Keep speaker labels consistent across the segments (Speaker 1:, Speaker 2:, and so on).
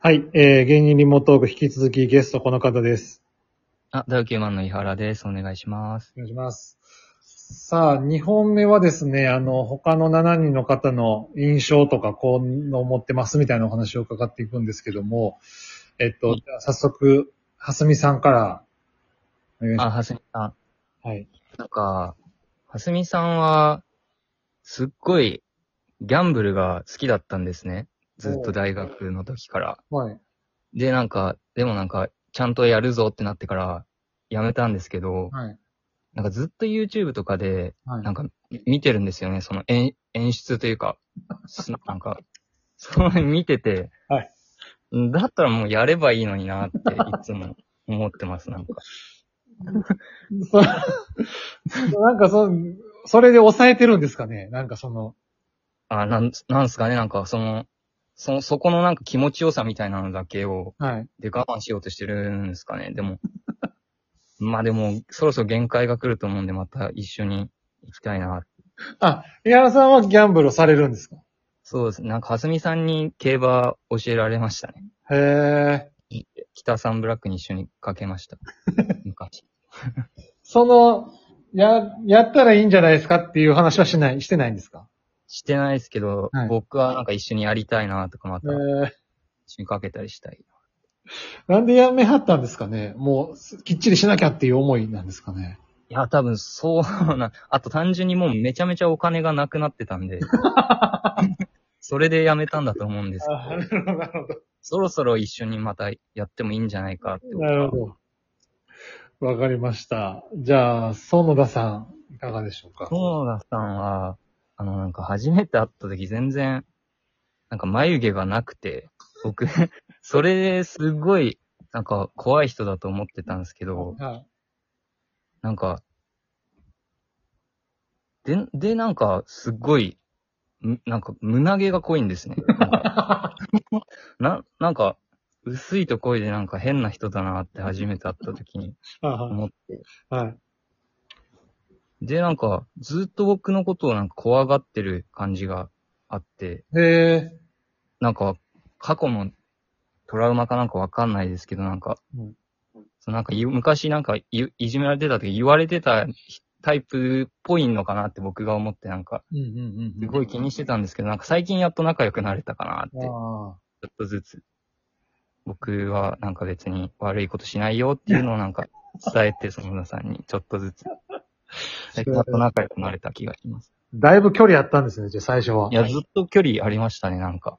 Speaker 1: はい、えー、芸人リモートーク引き続きゲストこの方です。
Speaker 2: あ、ダウキューマンの井原です。お願いします。
Speaker 1: お願いします。さあ、2本目はですね、あの、他の7人の方の印象とか、こう思ってますみたいなお話を伺っていくんですけども、えっと、じゃあ早速、はすみさんから、お願いしま
Speaker 2: あ、はすみさん。
Speaker 1: す。はい。
Speaker 2: なんか、はすみさんは、すっごい、ギャンブルが好きだったんですね。ずっと大学の時から。
Speaker 1: はい。
Speaker 2: で、なんか、でもなんか、ちゃんとやるぞってなってから、やめたんですけど、
Speaker 1: はい。
Speaker 2: なんかずっと YouTube とかで、
Speaker 1: はい。
Speaker 2: なんか、見てるんですよね。その演、演出というか、すなんか、その見てて、
Speaker 1: はい
Speaker 2: だったらもうやればいいのになって、いつも思ってます、なんか。
Speaker 1: そう なんかそ、それで抑えてるんですかねなんかその、
Speaker 2: あ、なん、なんすかね、なんか、その、そ、そこのなんか気持ちよさみたいなのだけを、
Speaker 1: はい。
Speaker 2: で我慢しようとしてるんですかね。でも、まあでも、そろそろ限界が来ると思うんで、また一緒に行きたいな。
Speaker 1: あ、井原さんはギャンブルをされるんですか
Speaker 2: そうですね。なんか、はすみさんに競馬教えられましたね。
Speaker 1: へえ。
Speaker 2: 北サンブラックに一緒にかけ ました。昔。
Speaker 1: その、や、やったらいいんじゃないですかっていう話はしない、してないんですか
Speaker 2: してないですけど、
Speaker 1: はい
Speaker 2: 僕はなんか一緒にやりたいなとか、ま
Speaker 1: え
Speaker 2: た
Speaker 1: ー、
Speaker 2: 一緒にかけたりしたい。
Speaker 1: なんでやめはったんですかねもうす、きっちりしなきゃっていう思いなんですかね
Speaker 2: いや、多分そうな、あと単純にもうめちゃめちゃお金がなくなってた んで、それでやめたんだと思うんですけど、
Speaker 1: るほど、なるほ
Speaker 2: そろそろ一緒にまたやってもいいんじゃないかって。
Speaker 1: なるほど。わかりました。じゃあ、園田さん、いかがでしょうか
Speaker 2: 友田さんは、あの、なんか初めて会った時全然、なんか眉毛がなくて、僕、 それすごい、なんか怖い人だと思ってたんですけど、
Speaker 1: はい。
Speaker 2: なんか、で、で、なんか、すっごい、むなんか、胸毛が濃いんですね。なんかな、なんか、薄いと濃いでなんか変な人だなって初めて会った時に
Speaker 1: は
Speaker 2: 思って。
Speaker 1: い。 はい。
Speaker 2: で、なんか、ずっと僕のことをなんか怖がってる感じがあって、
Speaker 1: へえ。
Speaker 2: なんか、過去のトラウマかなんかわかんないですけど、なんか、
Speaker 1: うん
Speaker 2: そうなんかゆ昔なんかいいじめられてた時言われてたタイプっぽいのかなって僕が思ってなんか、
Speaker 1: うんうんうん。
Speaker 2: すごい気にしてたんですけど、なんか最近やっと仲良くなれたかなって、ちょ
Speaker 1: あ
Speaker 2: っとずつ。僕はなんか別に悪いことしないよっていうのをなん か伝えて、園田さんにちょっとずつ。最近やっと仲良くなれた気がします。。
Speaker 1: ーだいぶ距離あったんですね、じゃあ最初はい
Speaker 2: や、ずっと距離ありましたね、なんか。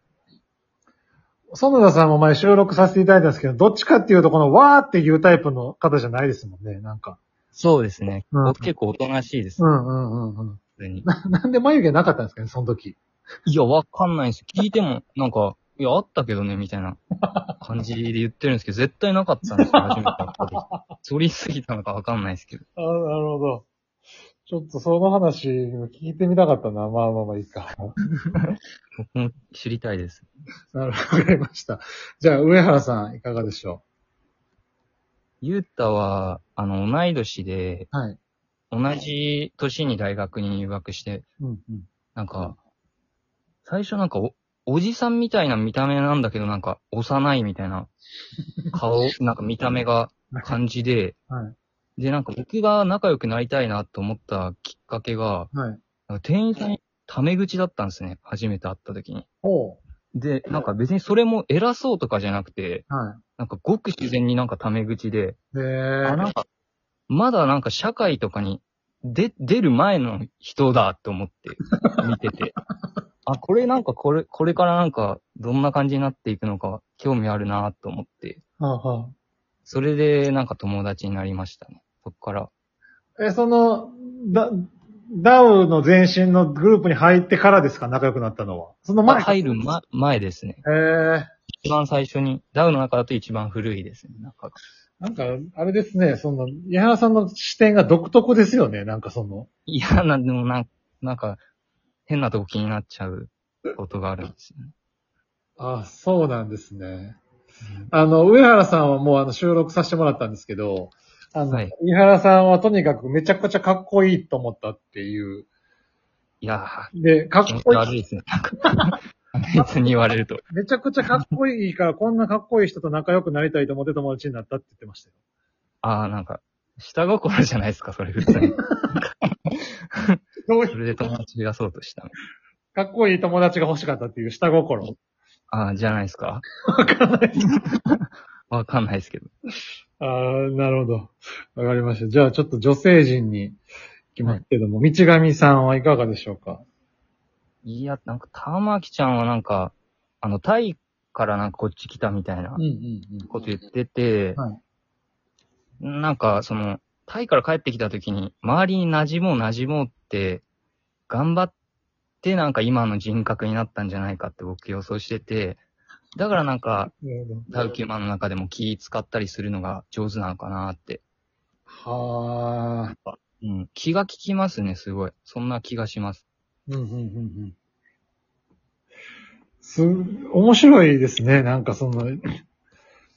Speaker 1: 園田さんも前収録させていただいたんですけど、どっちかっていうとこのわーっていうタイプの方じゃないですもんね、なんか。
Speaker 2: そうですね。
Speaker 1: うん
Speaker 2: お結構おとなしいです
Speaker 1: う、んうんうんうん。
Speaker 2: 普通に。
Speaker 1: なんで眉毛なかったんですかね、その時。
Speaker 2: いや、わかんないです。聞いても、なんか、いや、あったけどね、みたいな感じで言ってるんですけど、絶対なかったんですよ、初めて会った時。 取りすぎたのかわかんないですけど。
Speaker 1: あなるほど。ちょっとその話聞いてみたかったな。まあまあまあいいか。
Speaker 2: 僕も知りたいです。
Speaker 1: なるほど、わかりました。じゃあ、上原さん、いかがでしょ
Speaker 2: ゆうたは、あの、同い年で、
Speaker 1: うはい。
Speaker 2: 同じ年に大学に入学して、
Speaker 1: うん
Speaker 2: なんか、最初なんかお、おじさんみたいな見た目なんだけど、なんか、幼いみたいな、顔、なんか見た目が、感じで、
Speaker 1: は
Speaker 2: で、なんか僕が仲良くなりたいなと思ったきっかけが、
Speaker 1: い。はい。
Speaker 2: なんか店員さんにタメ口だったんですね、初めて会った時に。
Speaker 1: ほ
Speaker 2: で、なんか別にそれも偉そうとかじゃなくて、
Speaker 1: う。は
Speaker 2: なんかごく自然になんかタメ口で、
Speaker 1: い。へ
Speaker 2: あ、なん
Speaker 1: ー。
Speaker 2: か、まだなんか社会とかに出、出る前の人だって思って、見てて。あ、これなんかこれ、これからなんか、どんな感じになっていくのか、興味あるなと思って、
Speaker 1: はあは
Speaker 2: それでなんか友達になりましたね。そっから。
Speaker 1: あえ、その、だ、ダウの前身のグループに入ってからですか仲良くなったのは。その前。
Speaker 2: 入る、ま、前ですね。
Speaker 1: へー。
Speaker 2: 一番最初に、ダウの中だと一番古いですね。なんか
Speaker 1: なんか、あれですね、その、矢原さんの視点が独特ですよね、なんかその。
Speaker 2: いや、なんでもなんなんか、変なとこ気になっちゃうことがあるんですよね。
Speaker 1: あそうなんですね。あの、上原さんはもうあの収録させてもらったんですけど、あの、
Speaker 2: はい
Speaker 1: 井原さんはとにかくめちゃくちゃかっこいいと思ったっていう。
Speaker 2: いやー、
Speaker 1: で、かっ
Speaker 2: 気持ち
Speaker 1: こい
Speaker 2: 悪
Speaker 1: い。
Speaker 2: いですね。なんかあいつに言われると。
Speaker 1: めちゃくちゃかっこいいから、こんなかっこいい人と仲良くなりたいと思って友達になったって言ってましたよ。
Speaker 2: ああ、なんか、下心じゃないですか、それ普通に。
Speaker 1: どうい
Speaker 2: そうれで友達増やそうとしたの。
Speaker 1: かっこいい友達が欲しかったっていう下心。
Speaker 2: ああ、じゃないですか
Speaker 1: わかんない。
Speaker 2: わかんないですけど。
Speaker 1: ああ、なるほど。わかりました。じゃあちょっと女性陣に行きますけども、道上さんはいかがでしょうか
Speaker 2: いや、なんか、玉木ちゃんはなんか、あの、タイからなんかこっち来たみたいな
Speaker 1: うん
Speaker 2: こと言ってて、
Speaker 1: はい
Speaker 2: なんか、その、タイから帰ってきた時に、周りに馴染もう馴染もうって、頑張ってなんか今の人格になったんじゃないかって僕予想してて、だからなんか、
Speaker 1: うん。なるほど。
Speaker 2: ダウキューマンの中でも気使ったりするのが上手なのかなって。
Speaker 1: はあ。
Speaker 2: うん。気が利きますね、すごい。そんな気がします。
Speaker 1: うんうんうんうん。す、面白いですね。なんかその、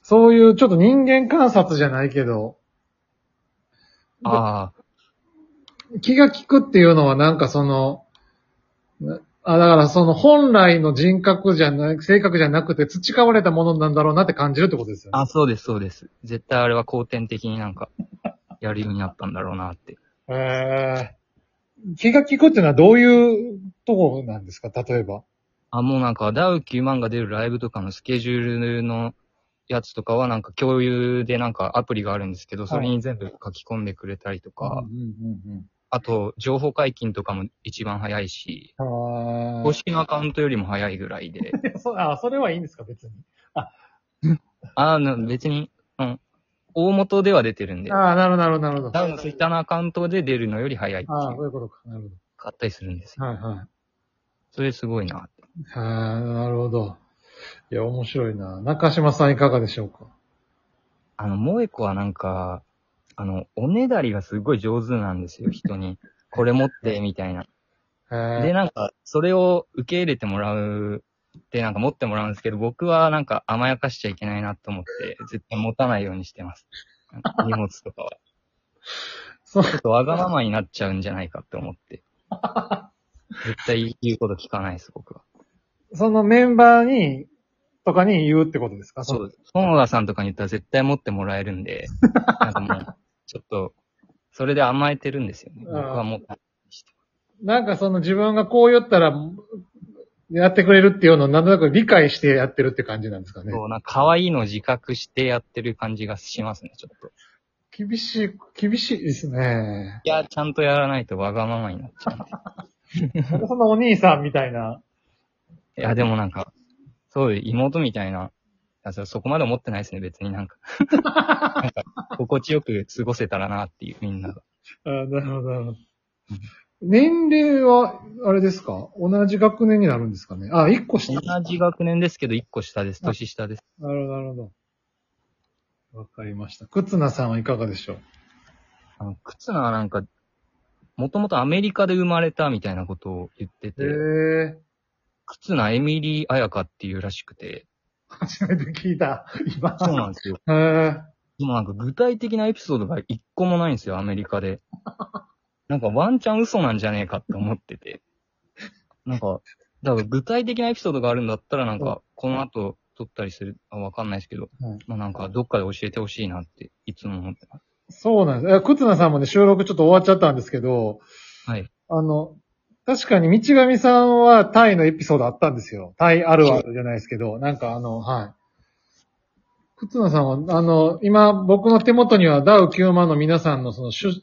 Speaker 1: そういうちょっと人間観察じゃないけど、
Speaker 2: ああ、
Speaker 1: 気が利くっていうのはなんかその、なあ、だからその本来の人格じゃない、性格じゃなくて培われたものなんだろうなって感じるってことですよね。
Speaker 2: あ、そうです、そうです。絶対あれは後天的になんか、やるようになったんだろうなって。
Speaker 1: えー、気が利くっていうのはどういうとこなんですか例えば。
Speaker 2: あ、もうなんか、ダウ9万が出るライブとかのスケジュールのやつとかはなんか共有でなんかアプリがあるんですけど、それに全部書き込んでくれたりとか、あと、情報解禁とかも一番早いし、
Speaker 1: うんうんうん。あ
Speaker 2: 公式のアカウントよりも早いぐらいで、
Speaker 1: ーそあ、それはいいんですか別に。
Speaker 2: ああ、な別に、うん。大元では出てるんで。
Speaker 1: ああ、なるほど、なるほど、なるほど。
Speaker 2: ダウのツイッターのアカウントで出るのより早いって
Speaker 1: ああ、そ
Speaker 2: い
Speaker 1: う
Speaker 2: う、
Speaker 1: いうことか。なるほ
Speaker 2: 買ったりするんです
Speaker 1: ど。
Speaker 2: よ。
Speaker 1: はいはい。
Speaker 2: それすごいなって。
Speaker 1: ああ、なるほど。いや、面白いな。中島さんいかがでしょうか
Speaker 2: あの、萌え子はなんか、あの、おねだりがすごい上手なんですよ、人に。これ持って、みたいな。
Speaker 1: へ
Speaker 2: で、
Speaker 1: え。
Speaker 2: なんか、それを受け入れてもらう、で、なんか持ってもらうんですけど、僕はなんか甘やかしちゃいけないなと思って、絶対持たないようにしてます。なん か荷物とかは。
Speaker 1: そう
Speaker 2: ちょっとわがままになっちゃうんじゃないかって思 って。絶対言うこと聞かないです、僕は。
Speaker 1: そのメンバーに、とかに言うってことですか
Speaker 2: そうです。園田さんとかに言ったら絶対持ってもらえるんで、なんかもう、ちょっと、それで甘えてるんですよね。
Speaker 1: あー
Speaker 2: 僕はもう、
Speaker 1: なんかその自分がこう言ったら、やってくれるっていうのをなんとなく理解してやってるって感じなんですかね。
Speaker 2: そうなんか可愛いのを自覚してやってる感じがしますね、ちょっと。
Speaker 1: 厳しい、厳しいですね。
Speaker 2: いや、ちゃんとやらないとわがままになっちゃうんで。
Speaker 1: なんかそのお兄さんみたいな。
Speaker 2: いや、でもなんか、そう、妹みたいな、あそそこまで思ってないですね、別になんか。なんか心地よく過ごせたらなっていう、みんなが。
Speaker 1: あーなるほど、なるほど。年齢は、あれですか同じ学年になるんですかねあ、一個下
Speaker 2: 同。じ学年ですけど、一個下です。年下です。
Speaker 1: なるほど、なるほど。わかりました。くつなさんはいかがでしょう
Speaker 2: あの、クツナはなんか、もともとアメリカで生まれたみたいなことを言ってて、
Speaker 1: へえ。
Speaker 2: クツナエミリー・アヤカっていうらしくて、
Speaker 1: 初めて聞いた。今。
Speaker 2: そうなんですよ。
Speaker 1: へえ。
Speaker 2: でもなんか具体的なエピソードが一個もないんですよ、アメリカ で。なんかワンチャン嘘なんじゃねえかって思ってて。なんか、だから具体的なエピソードがあるんだったらなんか、この後撮ったりする、あわかんないですけど、
Speaker 1: うん
Speaker 2: まあなんかどっかで教えてほしいなっていつも思ってます。
Speaker 1: そうなんです。えくつなさんもね、収録ちょっと終わっちゃったんですけど、
Speaker 2: はい。
Speaker 1: あの、確かに道上さんはタイのエピソードあったんですよ。タイあるあるじゃないですけど、なんかあの、はい。くつなさんは、あの、今僕の手元にはダウ9万の皆さんのその出、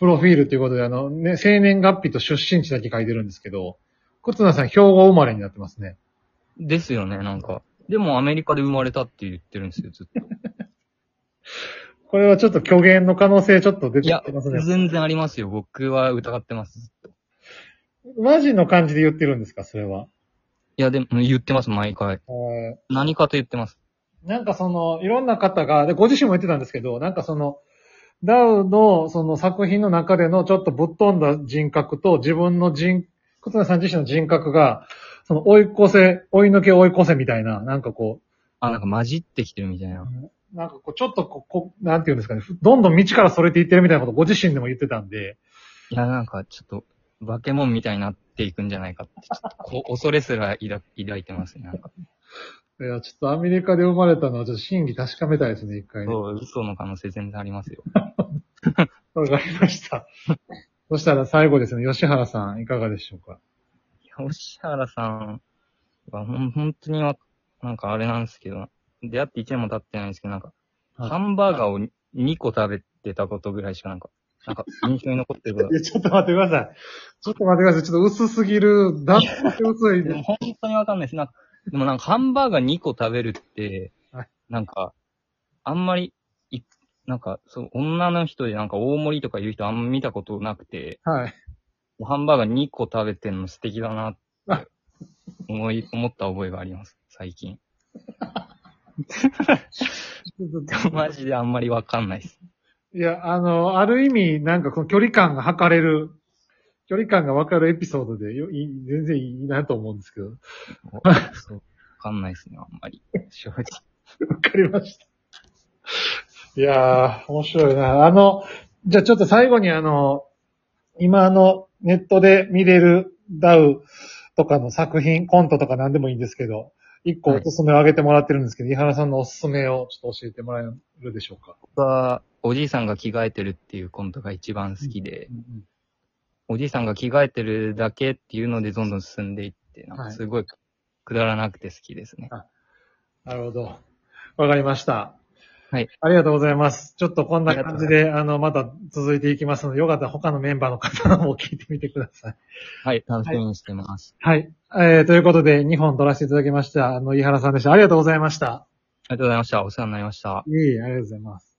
Speaker 1: プロフィールということで、あの、ね、生年月日と出身地だけ書いてるんですけど、くつなさん兵庫生まれになってますね。
Speaker 2: ですよね、なんか。でもアメリカで生まれたって言ってるんですよ、ずっと。
Speaker 1: これはちょっと虚言の可能性ちょっと出
Speaker 2: い
Speaker 1: て
Speaker 2: や
Speaker 1: きてます、ね。
Speaker 2: 全然ありますよ。僕は疑ってます、ずっと。
Speaker 1: マジの感じで言ってるんですか、それは。
Speaker 2: いや、でも言ってます、毎回。
Speaker 1: はい
Speaker 2: 何かと言ってます。
Speaker 1: なんかその、いろんな方が、で、ご自身も言ってたんですけど、なんかその、ダウのその作品の中でのちょっとぶっ飛んだ人格と自分の人、くつさん自身の人格が、その追い越せ、追い抜け追い越せみたいな、なんかこ
Speaker 2: あ、なんか混じってきてるみたいな。
Speaker 1: う、なんかこう、ちょっとこう、こうなんていうんですかね、ふどんどん道からそれていってるみたいなことをご自身でも言ってたんで、
Speaker 2: いや、なんか、ちょっと、化け物みたいになっていくんじゃないかって、ちょっとこう 恐れすら抱抱いてますね。なんか
Speaker 1: いや、ちょっとアメリカで生まれたのは、ちょっと真偽確かめたいですね、一回ね。
Speaker 2: そう、嘘の可能性全然ありますよ。
Speaker 1: わかりました。そしたら最後ですね、吉原さん、いかがでしょうか
Speaker 2: いや、吉原さんは、ほん本当にわ、なんかあれなんですけど、出会って1年も経ってないんですけど、なんか、
Speaker 1: はい
Speaker 2: ハンバーガーを2個食べてたことぐらいしかなんか、なんか印象に残ってること
Speaker 1: い。や、ちょっと待ってください。ちょっと待ってください。ちょっと薄すぎる。だっと薄い
Speaker 2: で
Speaker 1: で
Speaker 2: も本当にわかんないです。なんか、でもなんかハンバーガー2個食べるって
Speaker 1: はい、
Speaker 2: なんか、あんまり、いなんか、そう、女の人でなんか大盛りとか言う人あんま見たことなくて、
Speaker 1: はい。
Speaker 2: ハンバーガー2個食べてんの素敵だなって思い、思った覚えがあります、最近。マジであんまりわかんないです。
Speaker 1: いや、あの、ある意味、なんかこの距離感が測れる、距離感がわかるエピソードでよいい、全然いいなと思うんですけど。わ
Speaker 2: そうわかんないですね、あんまり。正直。
Speaker 1: かりました。いやー、面白いな。あの、じゃあちょっと最後にあの、今あの、ネットで見れるダウとかの作品、コントとか何でもいいんですけど、一個おすすめを挙げてもらってるんですけど、井原さんのおすすめをちょっと教えてもらえるでしょうか。
Speaker 2: 僕は、おじいさんが着替えてるっていうコントが一番好きで、おじいさんが着替えてるだけっていうのでどんどん進んでいって、なんかすごいくだらなくて好きですね。
Speaker 1: なるほど。わかりました。
Speaker 2: はい。
Speaker 1: ありがとうございます。ちょっとこんな感じ
Speaker 2: あ
Speaker 1: で、あの、また続いていきますので、よかったら他のメンバーの方も聞いてみてください。
Speaker 2: はい、楽しみにしてます。
Speaker 1: はい。えー、ということで、2本撮らせていただきました。あの、飯原さんでした。ありがとうございました。
Speaker 2: ありがとうございました。お世話になりました。
Speaker 1: いえいえ、ありがとうございます。